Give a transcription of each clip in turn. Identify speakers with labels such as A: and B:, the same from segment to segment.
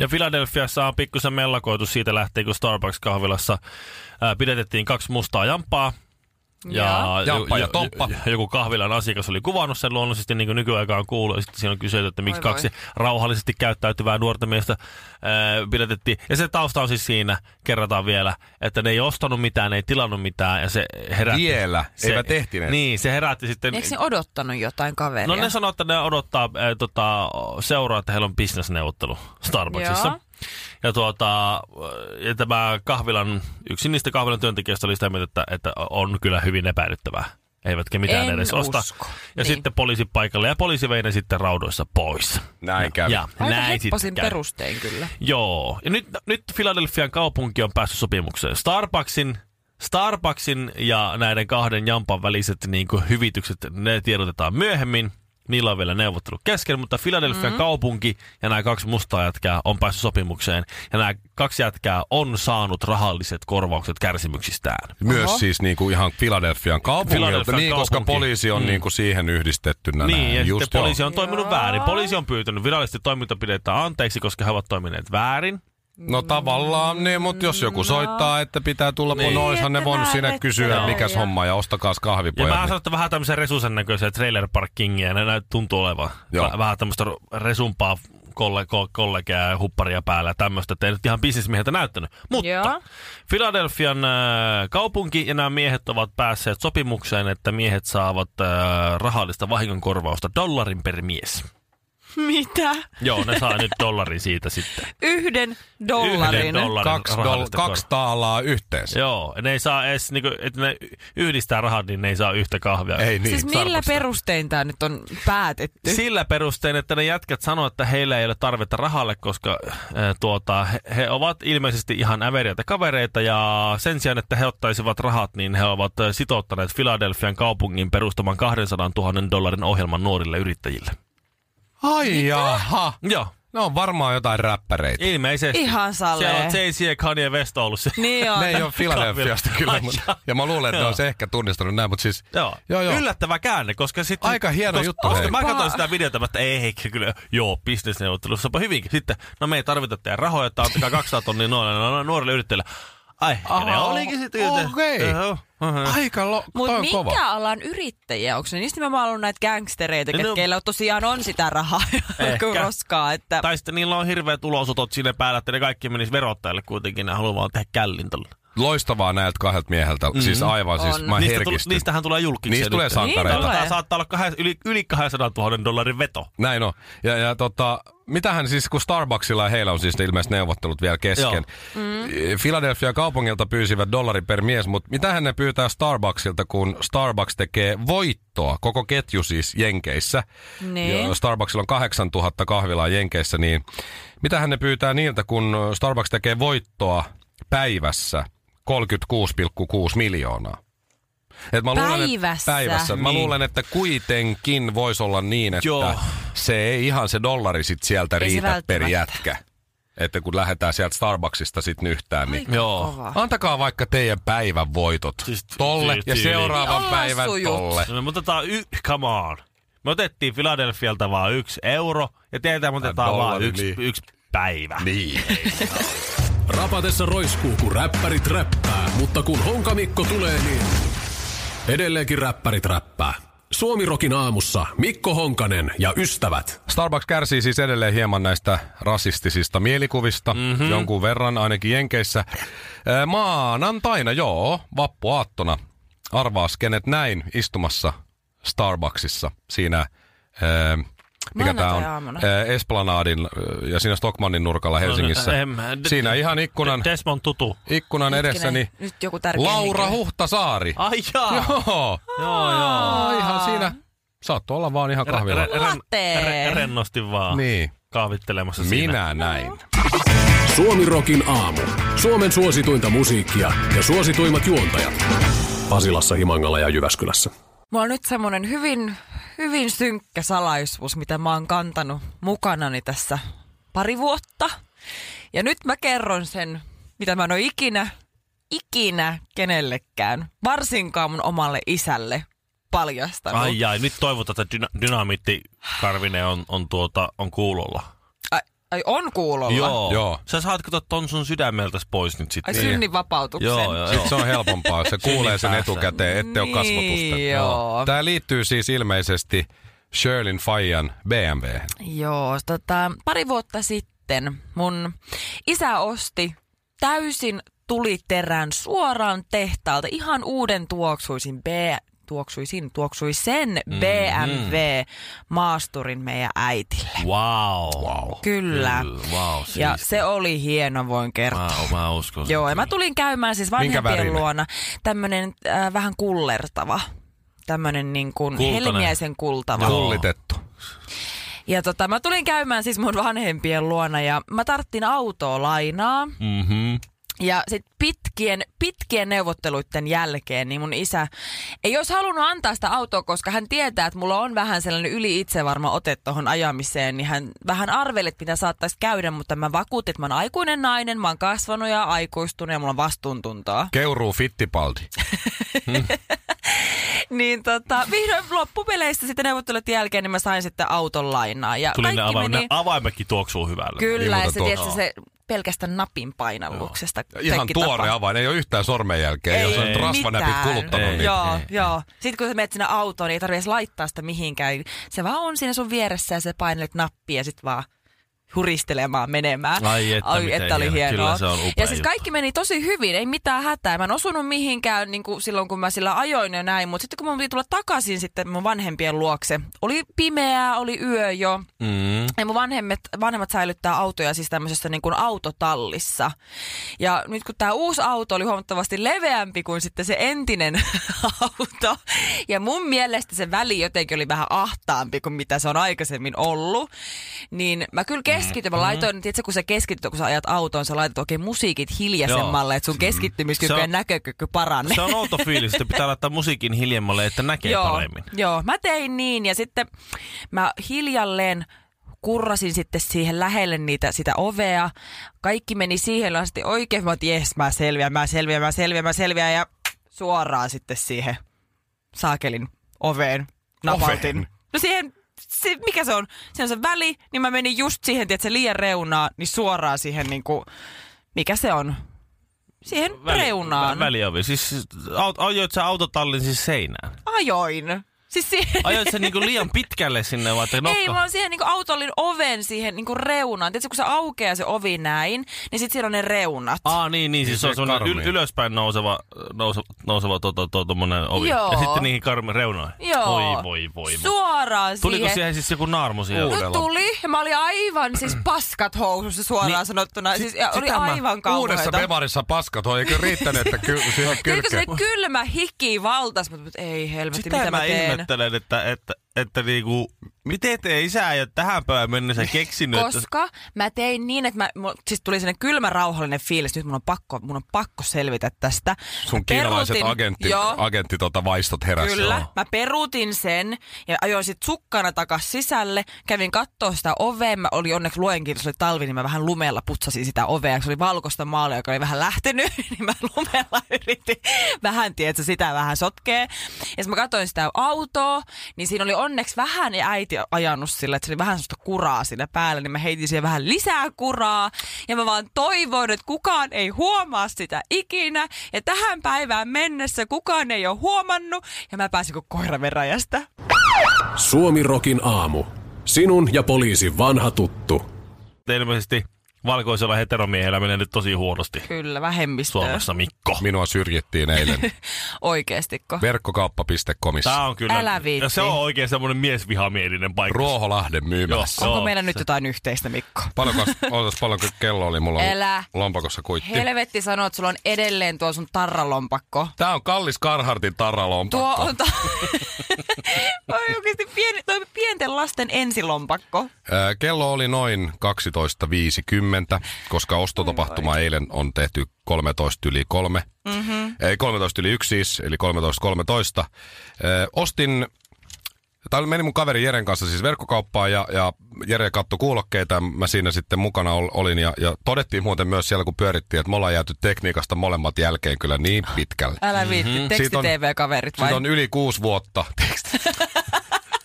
A: Ja Filadelfiassa on pikkusen mellakoitu siitä lähtien, kun Starbucks-kahvilassa ää, pidetettiin kaksi mustaa jampaa.
B: Joo. Jamppa ja toppa.
A: joku kahvilan asiakas oli kuvannut sen luonnollisesti, niin kuin nykyaikaan kuuluu. Ja Sitten siinä on kysytty, että miksi
B: Oi voi.
A: kaksi rauhallisesti käyttäytyvää nuorta miestä ää, pidetettiin. Ja se tausta on siis siinä, kerrataan vielä, että ne ei ostanut mitään, ne ei tilannut mitään. Ja se herätti,
C: Vielä? Eivät ehtineet?
A: Niin, se herätti sitten...
B: Eikö ne odottanut jotain kaveria?
A: No ne sanoo, että ne odottaa äh, tota, seuraa, että heillä on bisnesneuvottelu Starbucksissa.
B: Joo.
A: Ja, tuota, äh, ja tämä kahvilan, yksi niistä kahvilan työntekijöistä oli sitä mieltä, että, että on kyllä hyvin epäilyttävää. Eivätkä mitään
B: En
A: edes osta.
B: usko.
A: Ja
B: Niin.
A: sitten poliisi paikalle ja poliisi vei ne sitten raudoissa pois.
C: Näin kävi.
A: Ja
B: Aika
A: näin sitten
B: hepposin
A: kävi.
B: perustein kyllä.
A: Joo. Ja nyt, nyt Filadelfian kaupunki on päässyt sopimukseen. Starbucksin, Starbucksin ja näiden kahden jampan väliset niin kuin, hyvitykset, ne tiedotetaan myöhemmin. Niillä on vielä neuvottelu kesken, mutta Filadelfian mm-hmm. kaupunki ja nämä kaksi mustaa jätkää on päässyt sopimukseen. Ja nämä kaksi jätkää on saanut rahalliset korvaukset kärsimyksistään.
C: Myös
B: Oho.
C: siis niinku ihan Filadelfian kaupungilta,
A: Philadelphian
C: niin, koska
A: kaupunki. Mm.
C: poliisi on niinku siihen yhdistettynä.
A: Niin, ja
C: No näin.
A: sitten
C: joo.
A: poliisi on toiminut
B: Joo.
A: väärin. Poliisi on pyytänyt virallisesti toiminta pidetään anteeksi, koska he ovat toimineet väärin.
C: No tavallaan niin, mutta jos joku soittaa, että pitää tulla, niin.
A: Niin,
C: noishan ne
D: että
C: voinut siinä
D: näette
C: kysyä,
D: näin,
C: mikäs
D: ja-
C: homma, ja ostakaas
A: Ja
C: kahvipojat.
A: mä sanon, että vähän tämmöisen resusen näköisiä trailer parkingia, ne näyt- tuntuu olevan.
C: Joo.
A: Väh- Vähän tämmöistä ru- resumpaa kolle, ko- kollegaa ja hupparia päällä ja tämmöistä, että ei nyt ihan bisnesmieheltä näyttänyt. Mutta
B: Joo.
A: Filadelfian äh, kaupunki ja nämä miehet ovat päässeet sopimukseen, että miehet saavat äh, rahallista vahingonkorvausta dollarin per mies.
B: Mitä?
A: Joo, ne saa nyt dollarin siitä sitten.
B: Yhden dollarin.
A: Yhden dollarin
C: Niin, kaksi, dol-
A: rahallista
C: kaksi
A: korvausta.
C: taalaa yhteensä.
A: Joo, ne ei saa edes, niinku, että ne y- yhdistää rahat, niin ne ei saa yhtä kahvia.
C: Ei niin.
B: Siis millä
A: Starbucksista.
B: perustein tämä nyt on päätetty?
A: Sillä perustein, että ne jätkät sanoo, että heillä ei ole tarvetta rahalle, koska äh, tuota, he, he ovat ilmeisesti ihan äveriäitä kavereita ja sen sijaan, että he ottaisivat rahat, niin he ovat äh, sitouttaneet Filadelfian kaupungin perustaman 200 000 dollarin ohjelman nuorille yrittäjille.
C: Ai jaha.
A: Joo,
C: Ne on varmaan jotain räppäreitä.
A: ilmeisesti.
B: Ihan salee.
A: Siellä on Jay-Z ja Kanye West ollut se.
B: Niin on.
C: Ne ei ole Filadelfiasta
A: Kahvilla.
C: kyllä,
A: Ai
C: mutta,
A: jaa.
C: ja mä luulen, että ne on se ehkä tunnistanut näin, mutta siis...
A: Joo.
C: Joo, joo.
A: Yllättävä käänne, koska sitten...
C: Aika hieno
A: koska,
C: juttu,
A: Koska
C: hei.
A: mä katsoin sitä videota, mä, että ei, ei kyllä, joo, bisnesneuvottelussapa hyvinkin. Sitten, no me ei tarvita teidän rahoja, että antakaa 200 tonnia noille, no, no, nuorille yrittäjille. Ai, ja ne
C: Aha,
A: olikin sitten joten-
C: okei.
A: Joo, aha.
C: Aika lo- toi
B: Mutta
C: on
B: minkä
C: kova.
B: alan yrittäjiä? Onko ne niistä mä ollut näitä gangstereita,
A: No-
B: no, keillä tosiaan on sitä rahaa kuin
A: Ehkä.
B: roskaa? Että...
A: Tai sitten niillä on hirveät ulosotot sinne päällä, että ne kaikki menis verottajalle kuitenkin, ne haluaa vaan tehdä källin tolle.
C: Loistavaa näiltä kahdelta mieheltä. Siis aivan siis,
B: On.
C: mä
A: Niistä tuli,
C: herkistyn.
A: niistähän tulee julkiksi.
C: Niistä tulee sankareita.
B: Niin tulee.
A: Tämä saattaa olla kahden, yli, yli 200 000 dollarin veto.
C: Näin on. Ja, ja tota, mitähän siis, kun Starbucksilla ja heillä on siis ne ilmeisesti neuvottelut vielä kesken. Mm. Philadelphia kaupungilta pyysivät dollari per mies, mutta mitähän ne pyytää Starbucksilta, kun Starbucks tekee voittoa, koko ketju siis Jenkeissä.
B: Niin.
C: Ja Starbucksilla on 8000 kahvilaa Jenkeissä, niin mitähän ne pyytää niiltä, kun Starbucks tekee voittoa päivässä 36,6 miljoonaa. Et mä
B: Päivässä?
C: Luulen, että, päivässä. Mä
A: Niin.
C: luulen, että kuitenkin voisi olla niin, että
A: Joo.
C: se ei ihan se dollari sit sieltä
B: se
C: riitä per
B: välttämättä.
C: jätkä. Että kun lähdetään sieltä Starbucksista sit nyhtään, niin...
A: Joo.
B: Kova.
C: Antakaa vaikka teidän päivän voitot
A: Siis t-
C: tolle
A: tyyli-
C: ja
A: tyyli.
C: seuraavan
B: Niin
C: päivän
B: olasujut.
C: tolle.
A: No, mutta otetaan y... Come on. Me otettiin Filadelfialta vaan yksi euro ja teiltä me otetaan
C: dollari,
A: vaan yksi,
C: niin.
A: yksi päivä.
C: Niin.
E: Rapatessa roiskuu, kun räppärit räppää, mutta kun Honkamikko tulee, niin edelleenkin räppärit räppää. Suomirokin aamussa Mikko Honkanen ja ystävät.
C: Starbucks kärsii siis edelleen hieman näistä rasistisista mielikuvista,
A: Mhm.
C: mm-hmm. jonkun verran ainakin Jenkeissä. Ää, Maanantaina, joo, vappuaattona, arvaas kenet näin istumassa Starbucksissa siinä... ää, Mikä tämä on?
B: Maanantai-aamuna.
C: Ää, Esplanadin ää, ja siinä Stockmannin nurkalla Helsingissä.
A: No, em, d-
C: Siinä ihan ikkunan,
A: Desmond Tutu.
C: ikkunan
A: niin
C: edessäni
B: Nyt joku tärkeä
C: Laura
B: henkilö.
C: Huhtasaari.
A: Ai jaa.
C: Joo,
A: Joo, joo.
C: Ai, ihan siinä. Saattoi olla vaan ihan kahvilla.
A: Ren- ren-
B: Latte.
A: ren- rennosti vaan.
C: Niin.
A: Kaavittelemassa siinä.
C: Minä näin.
E: Suomirokin aamu. Suomen suosituinta musiikkia ja suosituimmat juontajat. Pasilassa, Himangalla ja Jyväskylässä.
B: Mulla on nyt semmoinen hyvin, hyvin synkkä salaisuus, mitä mä oon kantanut mukanani tässä pari vuotta. Ja nyt mä kerron sen, mitä mä en ole ikinä, ikinä kenellekään, varsinkaan mun omalle isälle paljastanut.
A: Ai jai, nyt toivotaan, että dyna- dynamiitti Karvinen on, on, tuota, on kuulolla.
B: ai, ai on kuulolla.
A: Joo.
C: Joo. Niin.
A: Sä saat kato ton sun sydämeltäs pois nyt
B: Ai
A: sitten.
B: synnin vapautuksen.
A: Joo, joo, joo.
C: Sitten se on helpompaa, se kuulee sen
A: päässä.
C: etukäteen, ettei ole
B: Niin,
C: kasvotusten.
B: joo.
C: Tämä liittyy siis ilmeisesti Shirlin Fajan BMW.
B: Joo, tota, pari vuotta sitten mun isä osti täysin tuliterän suoraan tehtaalta ihan uuden tuoksuisin B tuoksuisin, tuoksuisen BMW maasturin meidän äitille.
A: Wow. wow.
B: Kyllä.
A: Wow,
B: Ja
A: siisti.
B: se oli hieno, voin kertoa.
A: Mä, mä uskon. sen.
B: Joo, ja mä tulin käymään siis
C: värinen?
B: vanhempien luona tämmönen äh, vähän kullertava, tämmönen niin kuin
A: Kultainen.
B: helmiäisen kultava.
C: Kullitettu.
B: Ja tota, mä tulin käymään siis mun vanhempien luona ja mä tarttin autoa lainaa.
A: Mm.
B: Mm-hmm.
A: Mhm.
B: Ja sit pitkien, pitkien neuvotteluiden jälkeen niin mun isä ei olisi halunnut antaa sitä autoa, koska hän tietää, että mulla on vähän sellainen yli itsevarma ote tuohon ajamiseen. Niin hän vähän arveli, että mitä saattaisi käydä, mutta mä vakuutin, että mä oon aikuinen nainen, mä oon kasvanut ja aikuistunut ja mulla on vastuuntuntoa.
C: Keuruu fittipaldi.
B: Niin tota, vihdoin loppupeleissä sitten neuvottelut jälkeen niin mä sain sitten auton lainaa. Ja
A: Tuli ne,
B: kaikki
A: ava-
B: meni...
A: ne avaimetkin tuoksuu hyvälle.
B: Kyllä, ja
C: muuta
B: se,
C: tuolla.
B: tietysti, se pelkästään napin painalluksesta.
C: Ihan
B: kaikki
C: tuore
B: tapahtuu.
C: avain, ei ole yhtään sormenjälkeä, jos on
A: Ei
C: rasvanäpit
B: mitään.
C: kuluttanut.
A: Ei.
C: Niin.
B: Joo, joo. Sitten kun sä menet sinne autoon, niin ei tarvitse edes laittaa sitä mihinkään. Se vaan on siinä sun vieressä ja sä painelet nappia ja sit vaan huristelemaan menemään.
A: Ai että miten
B: että oli
A: hieno.
B: hienoa.
A: Kyllä se on upea
B: ja siis
A: juttu.
B: kaikki meni tosi hyvin, ei mitään hätää. Mä en osunut mihinkään niin kuin silloin, kun mä sillä ajoin ja näin. Mutta sitten kun mun piti tulla takaisin sitten mun vanhempien luokse, oli pimeää, oli yö jo.
A: Mm.
B: Ja mun vanhemmat, vanhemmat säilyttää autoja siis tämmöisessä niin kuin autotallissa. Ja nyt kun tämä uusi auto oli huomattavasti leveämpi kuin sitten se entinen auto. Ja mun mielestä se väli jotenkin oli vähän ahtaampi kuin mitä se on aikaisemmin ollut. Niin mä kyllä keskityin.
A: Mm-hmm.
B: Mä laitoin, tiedätkö kun sä keskityt, kun sä ajat autoon, sä laitat oikein musiikit hiljaisemmalle, että sun keskittymiskyky
A: Mm-hmm. Se
B: ja
A: on-
B: näkökyky paranee.
A: Se on outo fiilis, että pitää laittaa musiikin hiljemmalle, että näkee
B: joo,
A: paremmin.
B: Joo, mä tein niin ja sitten mä hiljalleen kurrasin sitten siihen lähelle niitä, sitä ovea. Kaikki meni siihen asti oikein, mä oon, että jes, mä selviän, mä selviän, mä selviän, mä selviän ja suoraan sitten siihen saakelin oveen napautin.
C: Oveen?
B: No siihen, se, mikä se on? Se on se väli, niin mä menin just siihen, että se liian reunaa, niin suoraan siihen niinku, mikä se on? Siihen reunaan.
A: Vä, väliovi. Siis siis aut, ajoit sä autotallin siis seinään?
B: Ajoin. Siis siihen.
A: Ajoit sä niinku liian pitkälle sinne vai että
B: Ei,
A: nokka?
B: vaan siihen niinku autollin oven siihen niinku reunaan. Tiedätkö, kun se aukeaa se ovi näin, niin sit siellä on ne reunat.
A: Aa, niin, niin, siis se on
C: se
A: semmoinen
C: karmea.
A: yl- ylöspäin nouseva, nouseva, nouseva to, to, to, tommonen ovi.
B: Joo.
A: Ja sitten niihin karmi reunoihin.
B: Joo.
A: Voi, voi, voi. voi.
B: Suoraan
A: Tuliko
B: siihen.
A: siihen siis joku naarmu siellä?
B: No tuli, ja mä olin aivan siis paskat housussa suoraan
A: Niin,
B: niin, sanottuna. Siis, ja oli
A: sitä mä-
B: aivan
C: Uudessa
B: kauheeta.
C: Bemarissa paskat on, eikö riittänyt, että ky- siihen
B: Tiedätkö, se
C: kylkeen?
B: kylmä hiki valtas, mutta mutta ei helvetti,
A: Sitä
B: mitä
A: mä,
B: mä teen.
A: ihmettelen, että, että, että niinku, miten te isä ei ole tähän päivään mennessä keksinyt, että
B: Koska mä tein niin, että mä, mul- siis tuli sellainen kylmä rauhallinen fiilis, nyt mun on pakko, mun on pakko selvitä tästä.
C: Sun
B: Mä
C: kiinalaiset
B: peruutin-
C: agentti,
B: Joo,
C: agentti tota vaistot heräsi.
B: Kyllä,
C: Joo.
B: mä peruutin sen ja ajoin sit sukkana takas sisälle. Kävin kattoo sitä ovea. Mä oli onneksi luenkin, se oli talvi, niin mä vähän lumella putsasin sitä ovea. Se oli valkoista maalia, joka oli vähän lähtenyt, niin mä lumella yritin vähän, tiedätkö, sitä vähän sotkee. Ja sit mä katsoin sitä autoa, niin siinä oli onneksi vähän ja äiti ajanut sillä, että se oli vähän sellaista kuraa siinä päällä, niin mä heitin siihen vähän lisää kuraa. Ja mä vaan toivon, että kukaan ei huomaa sitä ikinä. Ja tähän päivään mennessä kukaan ei ole huomannut. Ja mä pääsin kuin koira veräjästä.
E: Suomirokin aamu. Sinun ja poliisin vanha tuttu.
A: ilmeisesti valkoisella heteromiehellä menee nyt tosi huonosti
B: Kyllä, vähemmistöä.
A: Suomessa, Mikko.
C: Minua syrjittiin eilen
B: Oikeestiko?
C: verkkokauppa.comissa.
A: Tää on kyllä,
B: Älä viitsi.
A: Ja se on oikein semmoinen miesvihamielinen paikka.
C: Ruoholahden myymässä.
A: Joo,
B: Onko meillä nyt
A: se-
B: jotain yhteistä, Mikko?
C: Paljonko, ootas paljonko kello oli mulla
B: Älä.
C: lompakossa kuitti.
B: Helvetti sanoo, että sulla on edelleen tuo sun tarralompakko.
C: Tää on kallis Karhartin tarralompakko.
B: Tuo on ta- Voi oikeasti pieni, toi pienten lasten ensilompakko.
C: Ää, Kello oli noin 12.50, koska ostotapahtuma eilen on tehty 13 yli 3. Mm-hmm. Ei, 13 yli 1 siis, eli 13.13. Ää, Ostin, tai meni mun kaveri Jeren kanssa siis verkkokauppaan ja, ja Jere katto kuulokkeita ja mä siinä sitten mukana ol- olin. Ja, ja todettiin muuten myös siellä, kun pyörittiin, että me ollaan jääty tekniikasta molemmat jälkeen kyllä niin pitkälle.
B: Älä viitti, mm-hmm.
C: Mhm. Siitä on-
B: teksti-tv-kaverit vai?
C: Siitä on yli kuusi vuotta teksti.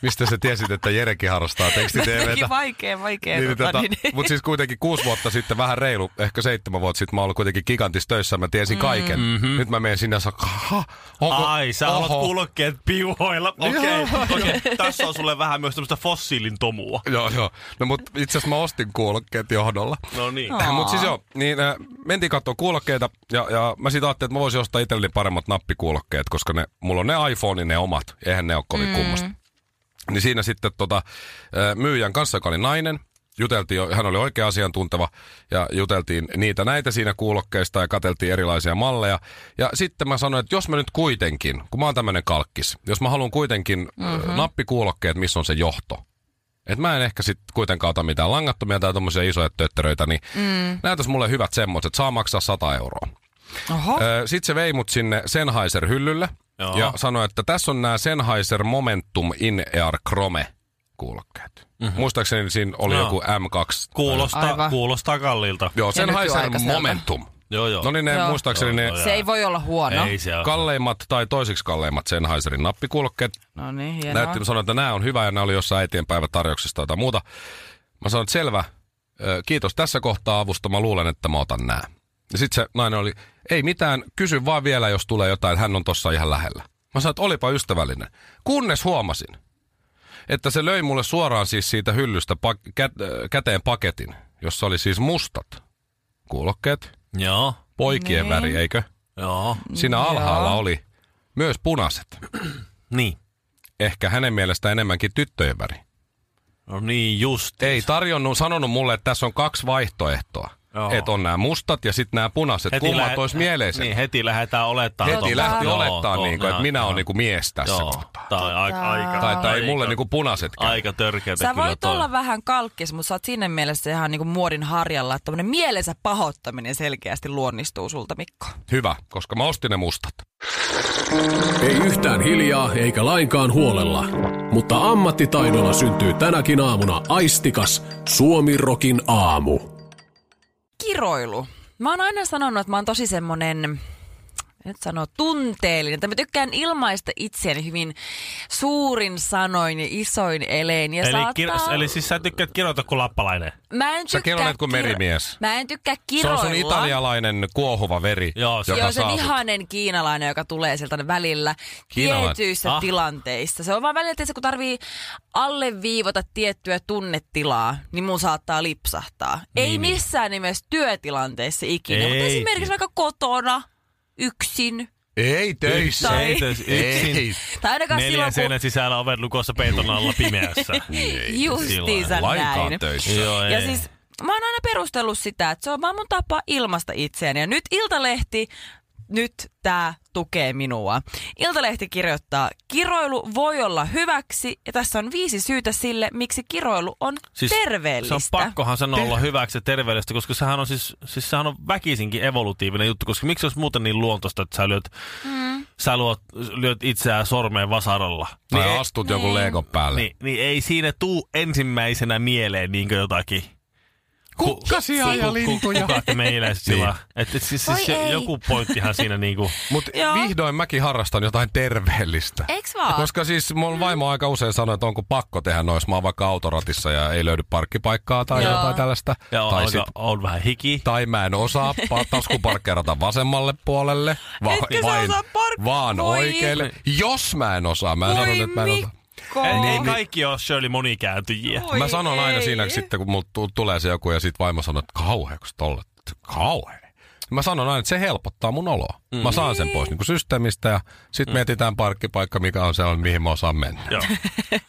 C: Mistä sä tiesit, että Jerekin harrastaa tekstitvtä?
B: Jotenkin vaikea, vaikea.
C: Niin,
B: tota,
C: tota,
B: niin, niin.
C: Mutta siis kuitenkin kuusi vuotta sitten, vähän reilu, ehkä seitsemän vuotta sitten, mä oon ollut kuitenkin gigantissa töissä, mä
B: Mm.
C: tiesin kaiken. Mm-hmm. Nyt mä menen sinne ja sanon, "Ha, onko,
A: Ai, sä haluat kulkeet piuhoilla. Okei, okay. okay. tässä on sulle vähän myös tämmöistä fossiilin tomua.
C: Joo, joo. No mut itse asiassa mä ostin kuulokkeet johdolla.
A: No niin.
C: Mutta siis joo, niin äh, mentiin katsoa kuulokkeita ja, ja mä siitä ajattelin, että mä voisin ostaa itselleni paremmat nappikuulokkeet, koska ne, mulla on ne iPhonein ne omat, eihän ne ole kovin mm. kummasta. Niin siinä sitten tota, äh, myyjän kanssa, joka oli nainen, juteltiin, jo- hän oli oikea asiantunteva ja juteltiin niitä näitä siinä kuulokkeista ja katseltiin erilaisia malleja. Ja sitten mä sanoin, että jos mä nyt kuitenkin, kun mä oon tämmönen kalkkis, jos mä haluan kuitenkin mm-hmm. nappikuulokkeet, missä on se johto, et mä en ehkä sit kuitenkaan ota mitään langattomia tai tommosia isoja tötteröitä, niin mm. näytäs mulle hyvät semmoset, saa maksaa 100 euroa.
B: Oho,
C: Ö, sit se vei mut sinne Sennheiser-hyllylle
A: Joo.
C: ja sanoi, että tässä on nämä Sennheiser Momentum In-Ear Chrome kuulokkeet. Mm-hmm. Muistaakseni siinä oli
A: Mhm. Joo.
C: joku M2.
A: Kuulostaa,
B: Aivan.
A: kuulostaa kalliilta.
C: Joo, Sennheiser
B: nykyaikaiselta.
C: Momentum.
A: Joo, joo.
C: No niin, no. ne
B: Joo.
C: muistaakseni ne
B: se ei voi olla huono.
A: Ei se ole.
C: kalleimmat tai toisiksi kalleimmat Sennheiserin nappikuulokkeet
B: No niin, hienoa.
C: näytti, sanoin, että nämä on hyvä ja nämä oli jossain eteenpäivä tarjouksesta tai jotain muuta. Mä sanoin, että selvä, ö, kiitos tässä kohtaa avusta, mä luulen, että mä otan nämä. Ja sitten se nainen oli, ei mitään, kysy vaan vielä, jos tulee jotain, hän on tossa ihan lähellä. Mä sanoin, että olipa ystävällinen. Kunnes huomasin, että se löi mulle suoraan siis siitä hyllystä pak- kä- ö, käteen paketin, jossa oli siis mustat kuulokkeet,
A: Joo.
C: poikien väri, eikö?
A: Joo.
C: Siinä alhaalla oli myös punaiset.
A: Niin.
C: Ehkä hänen mielestä enemmänkin tyttöjen väri.
A: No niin, just.
C: Ei tarjonnut, sanonut mulle, että tässä on kaksi vaihtoehtoa.
A: Joo.
C: Että on nämä mustat ja sitten nämä punaiset. Heti Kummat lähe- olisi mieleiset.
A: Niin,
C: Niin,
A: heti lähdetään olettaa.
C: Heti lähti olettaa,
A: joo,
C: niin kuin,
A: joo,
C: että minä
A: joo.
C: olen niin kuin mies tässä
A: Joo,
C: kohtaa.
A: tää on aika, aika,
C: Tai, tai ei
A: aika-
C: mulle niin kuin punaiset
A: Aika törkeätä
B: Sä
A: kyllä
B: voit
A: toi.
B: olla vähän kalkkis, mutta sä oot siinä mielessä ihan niinku muodin harjalla, että tämmönen mielensä pahoittaminen selkeästi luonnistuu sulta, Mikko.
C: Hyvä, koska mä ostin ne mustat.
E: Ei yhtään hiljaa eikä lainkaan huolella, mutta ammattitaidolla syntyy tänäkin aamuna aistikas Suomirokin aamu.
B: Kiroilu. Mä oon aina sanonut, että mä oon tosi semmonen nyt sanoa tunteellinen, että mä tykkään ilmaista itseäni hyvin suurin sanoin ja isoin elein. Ja
A: Eli,
B: saattaa...
A: kir- eli siis sä tykkäät kirjoita kuin lappalainen.
B: Mä en
C: Sä
B: tykkää
C: kiroilet kuin
B: kir-
C: merimies.
B: Mä en tykkää
C: Se
B: kiroilla.
C: on sun italialainen kuohuva veri,
A: Joo, se-
C: joka
B: Joo, se
C: saa sut.
B: vihainen kiinalainen, joka tulee sieltä välillä
C: Kiinalainen.
B: tietyissä
A: Ah.
B: ah. tilanteissa. Se on vaan välillä, että kun tarvii alleviivota tiettyä tunnetilaa, niin mun saattaa lipsahtaa. Niin, ei missään nimessä työtilanteissa ikinä, mutta
A: Ei.
B: esimerkiksi vaikka kotona, yksin.
C: Ei töissä.
B: Tai-
A: Ei töissä,
C: Ei.
A: yksin.
B: Tai ainakaan
A: Neljän
B: silloin,
A: seinän sisällä oven lukossa peiton alla pimeässä.
B: kun justiinsa
C: Lainkaan
B: näin.
C: töissä.
A: Joo, ei.
B: Ja siis mä oon aina perustellut sitä, että se on vaan mun tapa ilmaista itseäni. Ja nyt Iltalehti, nyt tää tukee minua. Iltalehti kirjoittaa, kiroilu voi olla hyväksi ja tässä on viisi syytä sille, miksi kiroilu on siis terveellistä.
A: Se on pakkohan sanoa olla hyväksi ja terveellistä, koska sehän on, siis, siis sehän on väkisinkin evolutiivinen juttu, koska miksi olisi muuten niin luontoista, että sä lyöt, mm. sä luot, lyöt itseään sormeen vasaralla.
C: Tai
A: niin,
C: astut jonkun leekon päälle.
A: niin, niin, ei siinä tuu ensimmäisenä mieleen niinkö jotakin.
C: Kukkasia ja lintuja.
A: Kuka meillä
C: Niin.
A: sillä. Että siis, siis
B: Voi ei.
A: joku pointtihan siinä niinku...
C: Mutta
B: Joo.
C: vihdoin mäkin harrastan jotain terveellistä.
B: Eiks vaan?
C: Koska siis mun vaimo aika usein sanoo, että onko pakko tehdä nois. Mä oon vaikka autoratissa ja ei löydy parkkipaikkaa tai
B: Joo.
C: jotain tällaista.
A: Ja on,
C: tai,
A: alka, on vähän hiki.
C: tai mä en osaa pa- taskuparkkeerata vasemmalle puolelle, va-
B: Etkö sä
C: vain,
B: osaa park-
C: vaan
B: Voi.
C: oikealle. Jos mä en osaa, mä en
B: Voi
C: sanon, että mä en osaa.
B: Mikko.
C: Niin,
A: Ei, ei kaikki ole Shirley monikääntyjiä.
B: Voi
C: Mä sanon aina
B: ei.
C: siinä, kun sitten kun mulla tu- tulee se joku ja sit vaimo sanoo, että kauhea, kun tolle, kauhea. Mä sanon aina, että se helpottaa mun oloa. Mm. Mä saan sen pois niin kuin systeemistä ja sitten mm. mietitään parkkipaikka, mikä on sellainen, mihin mä osaan mennä.
A: Joo.
B: No,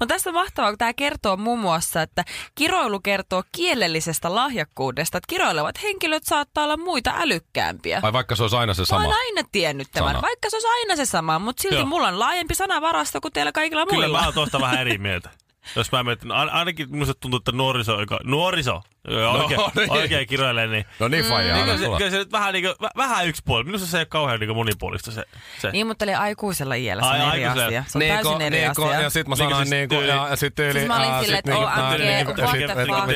B: On tästä mahtavaa, kun tämä kertoo muun muassa, että kiroilu kertoo kielellisestä lahjakkuudesta. Että kiroilevat henkilöt saattaa olla muita älykkäämpiä.
C: Vai vaikka se olisi aina se
B: Mä
C: sama.
B: oon aina tiennyt tämän,
C: Sana.
B: Sana. vaikka se olisi aina se sama, mutta silti
A: Joo.
B: Joo. mulla on laajempi sanavarasto kuin teillä kaikilla
A: Kyllä
B: muilla.
A: mä oon tuosta vähän eri mieltä. Jos mä mietin, ain- ainakin minusta tuntuu, että nuoriso, joka, nuoriso, joka oikein,
C: No niin.
A: oikein kiroilee, niin
C: No niin,
B: Mm.
A: Niin
C: faija, anna
A: kyllä, se,
C: tulla.
A: kyllä se nyt vähän, niin kuin, vähän yksipuolinen. Minusta se ei ole kauhean niin monipuolista se. se.
B: Niin, mutta oli aikuisella iällä, se on
A: Ai,
B: eri
A: aikuisella. Niin,
B: asia. Se on täysin eri
C: niinku,
B: asia.
C: Ja sit mä
A: Niinku
C: sanoin
A: siis
C: niinku,
A: tyyli-
C: ja, ja sit niinku- niin tyyli...
B: Siis mä olin silleen, että oo, Antti,
A: what the fuck.
B: Joo.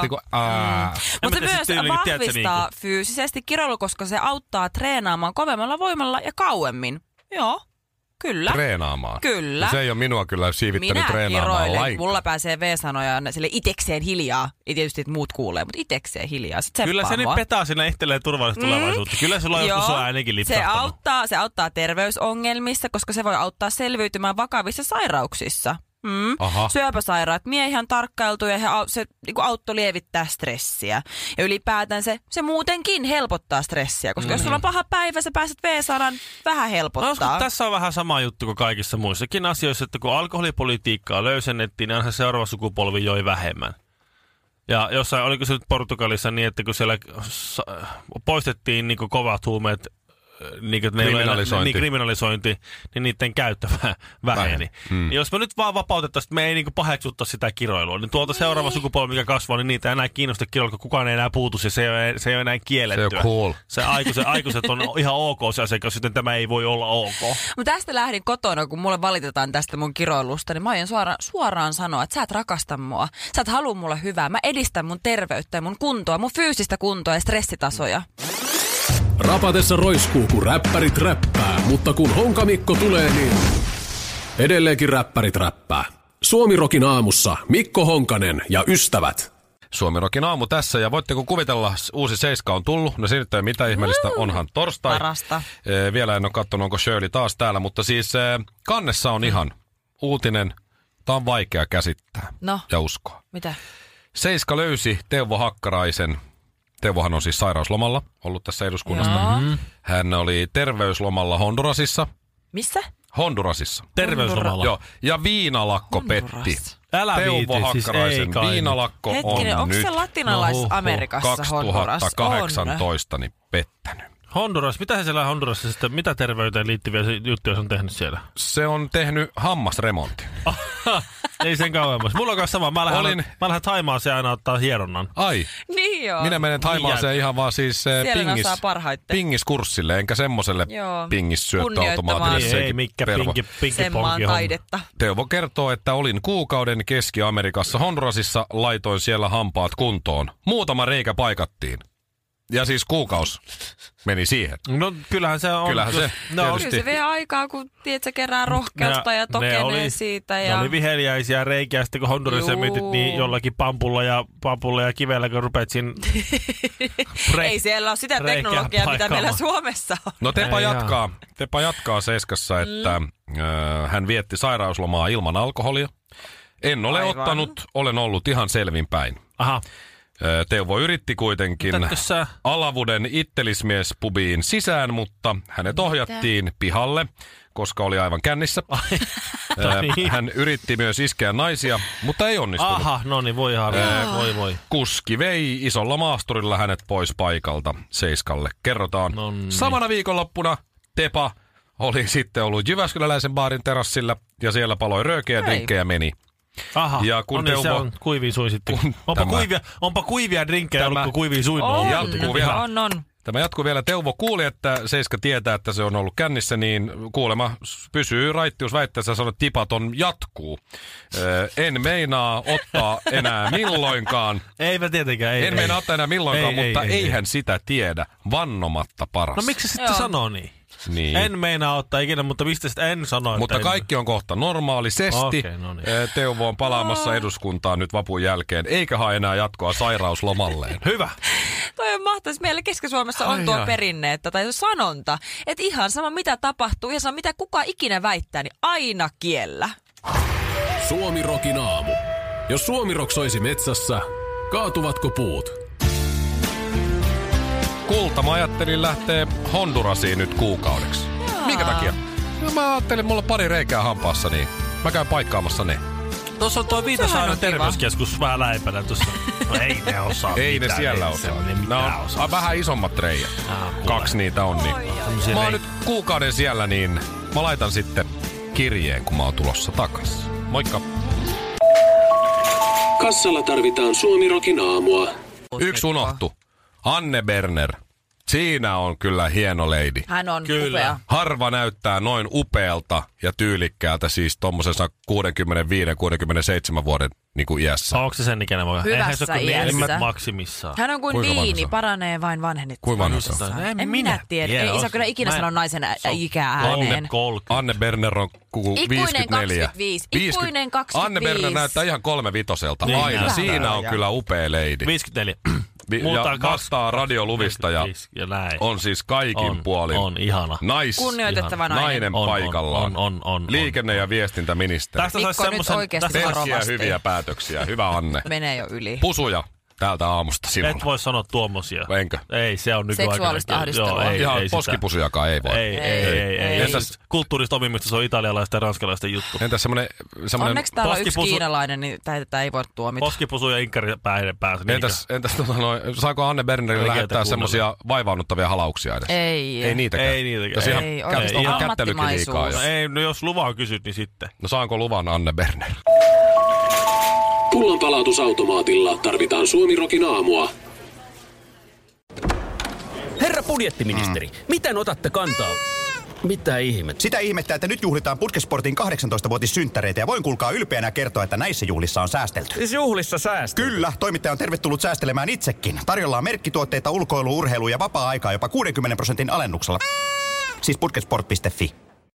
C: niinku- fuck.
B: Mutta
A: miten
B: se
A: se
B: myös
A: tyyli, tiedätkö,
B: vahvistaa
A: niinku-
B: fyysisesti kiroilu, koska se auttaa treenaamaan kovemmalla voimalla ja kauemmin. Joo, kyllä.
C: Treenaamaan.
B: Mm. Kyllä.
C: No Se ei ole minua kyllä siivittänyt
B: Minä
C: treenaamaan
B: kiroilen,
C: lainkaan.
B: mulla pääsee V-sanoja sille itekseen hiljaa. Ei Tietysti, että muut kuulee, mutta itekseen hiljaa. Sit
A: Kyllä se
B: tseppaa
A: nyt
B: mua.
A: petaa sinne itselleen turvallista mm. tulevaisuutta. Kyllä sulla on joskus on ainakin
B: se
A: lipsahtanut.
B: auttaa, se auttaa terveysongelmissa, koska se voi auttaa selviytymään vakavissa sairauksissa. Mm.
C: Aha.
B: Syöpäsairaat miehiä on tarkkailtu ja he, au- se niinku auttoi lievittää stressiä. Ja ylipäätään se, se muutenkin helpottaa stressiä, koska mm. jos sulla on paha päivä, sä pääset V-sanan vähän
A: Mä uskon,
B: helpottaa.
A: että No, tässä on vähän sama juttu kuin kaikissa muissakin asioissa, että kun alkoholipolitiikkaa löysennettiin, niin aina seuraava sukupolvi joi vähemmän. Ja jossain, oliko se nyt Portugalissa niin, että kun siellä sa- poistettiin niin kovat huumeet, niin, että ne ei ole enää-
C: Kriminalisointi.
A: niin kriminalisointi, niin niiden käyttö vähän väheni.
C: Väheni. Hmm.
A: Mm. Jos me nyt vaan vapautettaisiin, että me ei niin paheksuta sitä kiroilua, niin tuolta seuraava sukupolvi, mikä kasvaa, niin niitä ei enää kiinnosta kiroilua, kun kukaan ei enää puutu, ja se ei ole, se ei ole enää
C: Se
A: kiellettyä.
C: on cool.
A: Se aikuiset, aikuiset on ihan ok se asia, koska sitten tämä ei voi olla ok.
B: Mutta tästä lähdin kotona, kun mulle valitetaan tästä mun kiroilusta, niin mä aion suoraan, suoraan sanoa, että sä et rakasta mua. Sä et halua mulle hyvää. Mä edistän mun terveyttä ja mun kuntoa, mun fyysistä kuntoa ja stressitasoja.
E: Rapatessa roiskuu, kun räppärit räppää, mutta kun Honkamikko tulee, niin edelleenkin räppärit räppää. Suomirokin aamussa Mikko Honkanen ja ystävät.
C: Suomirokin aamu tässä ja voitteko kuvitella, s- uusi seiska on tullut. No siinä nyt ei ole mitään ihmeellistä, onhan torstai.
B: Parasta.
C: Ee, vielä en ole katsonut, onko Shirley taas täällä, mutta siis ee, kannessa
B: Mm.
C: on ihan uutinen. Tämä on vaikea käsittää
B: No.
C: ja uskoa.
B: Mitä?
C: Seiska löysi Teuvo Hakkaraisen. Teuvohan on siis sairauslomalla ollut tässä eduskunnasta.
B: Joo. Mhm.
C: Hän oli terveyslomalla Hondurasissa.
B: Missä?
C: Hondurasissa.
A: Terveyslomalla.
C: Joo. Ja viinalakko
B: Honduras.
C: petti.
A: Älä
C: Teuvo
A: viiti, siis ei
C: Hakkaraisen
A: kai.
C: viinalakko
B: Hetkinen,
C: on
B: onko
C: nyt
B: se latinalais-Amerikassa Honduras?
C: 2018 niin pettänyt.
A: Honduras, mitä he siellä Hondurassa sitten, mitä terveyteen liittyviä se- juttuja se on tehnyt siellä?
C: Se on tehnyt hammasremontin.
A: ei sen kauemmas. Mulla on kanssa sama, mä lähden,
C: Olin-
A: Olin... mä lähden Taimaan se aina ottaa hieronnan.
C: Ai,
B: On. Niin joo.
C: minä menen Taimaaseen ihan vaan siis eh,
B: Siellä ne
C: pingis,
B: osaa parhaiten.
C: pingiskurssille, enkä semmoiselle
B: Joo.
C: pingissyöttöautomaatille.
B: Kunnioittamaan.
A: Ei, ei,
C: sekin
A: mikä
C: pervo.
A: pinki, pinki
B: Sen maan taidetta.
C: Teuvo kertoo, että olin kuukauden Keski-Amerikassa Hondurasissa, laitoin siellä hampaat kuntoon. Muutama reikä paikattiin. Ja siis kuukaus meni siihen.
A: No kyllähän se on.
C: Kyllähän se,
A: No,
C: tietysti.
B: Kyllä se vie aikaa, kun tiedät, sä kerää rohkeutta ja tokenee siitä.
A: Ne
B: Ja...
A: oli viheliäisiä reikiä, sitten kun Hondurassa
B: Juu.
A: mietit niin jollakin pampulla ja, pampulla ja kivellä, kun rupet siinä... Pre-
B: Ei siellä ole sitä
A: reikää
B: teknologiaa, mitä
A: paikkaamaan.
B: meillä Suomessa on.
C: No Tepa
A: Ei jaa.
C: jatkaa. Tepa jatkaa Seiskassa, että ö, hän vietti sairauslomaa ilman alkoholia. En ole
B: Aivan.
C: ottanut, olen ollut ihan selvin päin.
A: Aha.
C: Ö, Teuvo yritti kuitenkin
A: Mitätkö sä?
C: alavuuden ittelismies pubiin sisään, mutta hänet ohjattiin pihalle, koska oli aivan kännissä. Ö,
A: no niin.
C: hän yritti myös iskeä naisia, mutta ei onnistunut.
A: Aha, no niin, voi ihan, voi voi.
C: Kuski vei isolla maasturilla hänet pois paikalta Seiskalle. Kerrotaan.
A: Nonni.
C: Samana viikonloppuna Tepa oli sitten ollut Jyväskyläläisen baarin terassilla ja siellä paloi röökiä ja
B: Ei.
C: drinkkejä meni.
A: Aha,
C: Ja kun
A: no niin, se
C: Teuvo-
A: on kuiviin suisittu.
C: Kun
A: onpa,
C: tämä-
A: kuivia, onpa kuivia drinkkejä
C: Tämä-
A: ollut, kun kuiviin suinnut.
B: On,
C: Jatkuu vielä.
B: Mm, on, on.
C: Tämä jatkuu vielä. Teuvo kuuli, että Seiska tietää, että se on ollut kännissä, niin kuulema s- pysyy raittius väitteessä sanoi, että tipaton jatkuu. Ö, en meinaa ottaa enää milloinkaan.
A: Ei mä tietenkään, ei.
C: En
A: ei.
C: meinaa ottaa enää milloinkaan,
A: Ei, ei,
C: mutta
A: ei, ei.
C: eihän sitä tiedä. Vannomatta paras.
A: No miksi se sitten
B: Joo.
A: sanoo niin?
C: Niin.
A: En meinaa ottaa ikinä, mutta mistä sitä en sano,
C: Mutta
A: että en-
C: kaikki on kohta normaalisesti.
A: Okei, no niin.
C: Eh, Teuvo on palaamassa eduskuntaan nyt vapun jälkeen, eikä hae enää jatkoa sairauslomalleen.
A: Hyvä.
B: Toi on mahtavaa. Meillä Keski-Suomessa on
C: Ai,
B: ai, tuo
C: ai.
B: ai. perinne, että, tai sanonta, että ihan sama mitä tapahtuu, ihan sama mitä kuka ikinä väittää, niin aina kiellä.
E: Suomirokin aamu. Jos Suomi roksoisi metsässä, kaatuvatko puut?
C: kulta. Mä ajattelin lähteä Hondurasiin nyt kuukaudeksi. Minkä takia? No mä ajattelin, mulla on pari reikää hampaassa, niin mä käyn paikkaamassa ne.
A: Tuossa on tuo
B: Sehän
A: Viitasaaren
B: on kiva.
A: terveyskeskus vähän lähempänä tuossa. No ei ne osaa
C: Ei ne
A: mitään,
C: siellä
A: ei se-
C: osaa.
A: Ne
C: No,
A: mitään osaa.
C: on vähän isommat reijät.
A: Ah, kuule.
C: Kaksi niitä on. Niin.
A: Semmosia
C: Mä
A: rei-
C: oon nyt kuukauden siellä, niin mä laitan sitten kirjeen, kun mä oon tulossa takas. Moikka.
E: Kassalla tarvitaan Suomirokin aamua.
C: Yksi unohtu. Anne Berner. Siinä on kyllä hieno leidi.
B: Hän on
A: Kyllä.
B: Kyllä. upea.
C: Harva näyttää noin upealta ja tyylikkäältä siis tommosessa 65-67 vuoden niin kuin iässä.
A: Onko se sen ikäinen voi?
B: Hyvässä
A: Eihän se ole kuin
B: iässä.
A: 40 maksimissaan. No
B: Hän on kuin
C: Kuinka vanha se
B: viini,
C: on?
B: paranee vain vanhenittua.
C: Kuinka vanha se on? No
B: En minä tiedä. Ei isä kyllä ikinä sano naisen ä- ikää ääneen.
A: 30.
C: Anne Berner on ku-
B: Ikuinen
C: 54.
B: 25. Ikuinen 25.
C: Anne Berner näyttää ihan kolme vitosella.
A: Niin
C: Aina.
A: näyttää.
C: Siinä on kyllä upea leidi.
A: 54.
C: Vi-
A: Muuta
C: ja
A: kaksi-
C: vastaa radioluvista ja
A: 55 ja näin.
C: on siis kaikin
A: On,
C: puolin. No,
A: on, ihana.
C: Nais,
B: Kunnioitettava
C: nainen,
B: nainen.
A: On, on,
C: paikallaan.
A: on, on, on, on.
C: Liikenne- ja viestintäministeri.
A: Tästä saisi
B: Mikko, nyt
A: semmoisen...
B: oikeasti
A: tästä saisi-
C: Pelkkiä
B: varovasti.
C: hyviä päätöksiä. Hyvä Anne.
B: Menee jo yli.
C: Pusuja täältä aamusta
A: Et
C: sinulle.
A: voi sanoa tuommoisia.
C: Enkö?
A: Ei, se on nykyaikainen.
B: Seksuaalista
A: kieli.
B: ahdistelua.
A: Joo, ei,
C: Ihan
A: ei sitä.
C: poskipusujakaan ei voi.
A: Ei, ei, ei. ei, ei.
C: Entäs-
A: Siis Kulttuurista omimista se on italialaisten ja ranskalaisten juttu.
C: Entäs semmonen... semmonen
B: Onneksi täällä on yksi
A: poskipusu-
B: kiinalainen, niin tä- tätä ei voi tuomita.
A: Poskipusu ja inkkari päihde päässä. niinkö?
C: entäs, entäs tota noin, saako Anne Bernerille
A: Oikeeta
C: lähettää
A: kuunnella.
C: semmosia vaivaannuttavia halauksia edes?
B: Ei.
C: Ei niitäkään.
A: Ei niitäkään.
C: Jos ihan
B: Ei,
C: kävisi
B: oikein.
C: tuohon
B: Ei.
C: kättelykin liikaa.
B: Ammattimaisuus.
C: jo.
A: No ei, no jos luvaa kysyt, niin sitten.
C: No saanko luvan Anne Berner?
E: Pullon palautusautomaatilla tarvitaan Suomirokin aamua.
D: Herra budjettiministeri, mm. miten otatte kantaa? Mitä ihmettä?
F: Sitä ihmettä, että nyt juhlitaan Putkesportin 18-vuotissynttäreitä ja voin kuulkaa ylpeänä kertoa, että näissä juhlissa on säästelty.
D: Siis juhlissa säästö.
F: Kyllä, toimittaja on tervetullut säästelemään itsekin. Tarjolla on merkkituotteita, ulkoilu, urheilu ja vapaa-aikaa jopa 60 prosentin alennuksella. Siis putkesport.fi.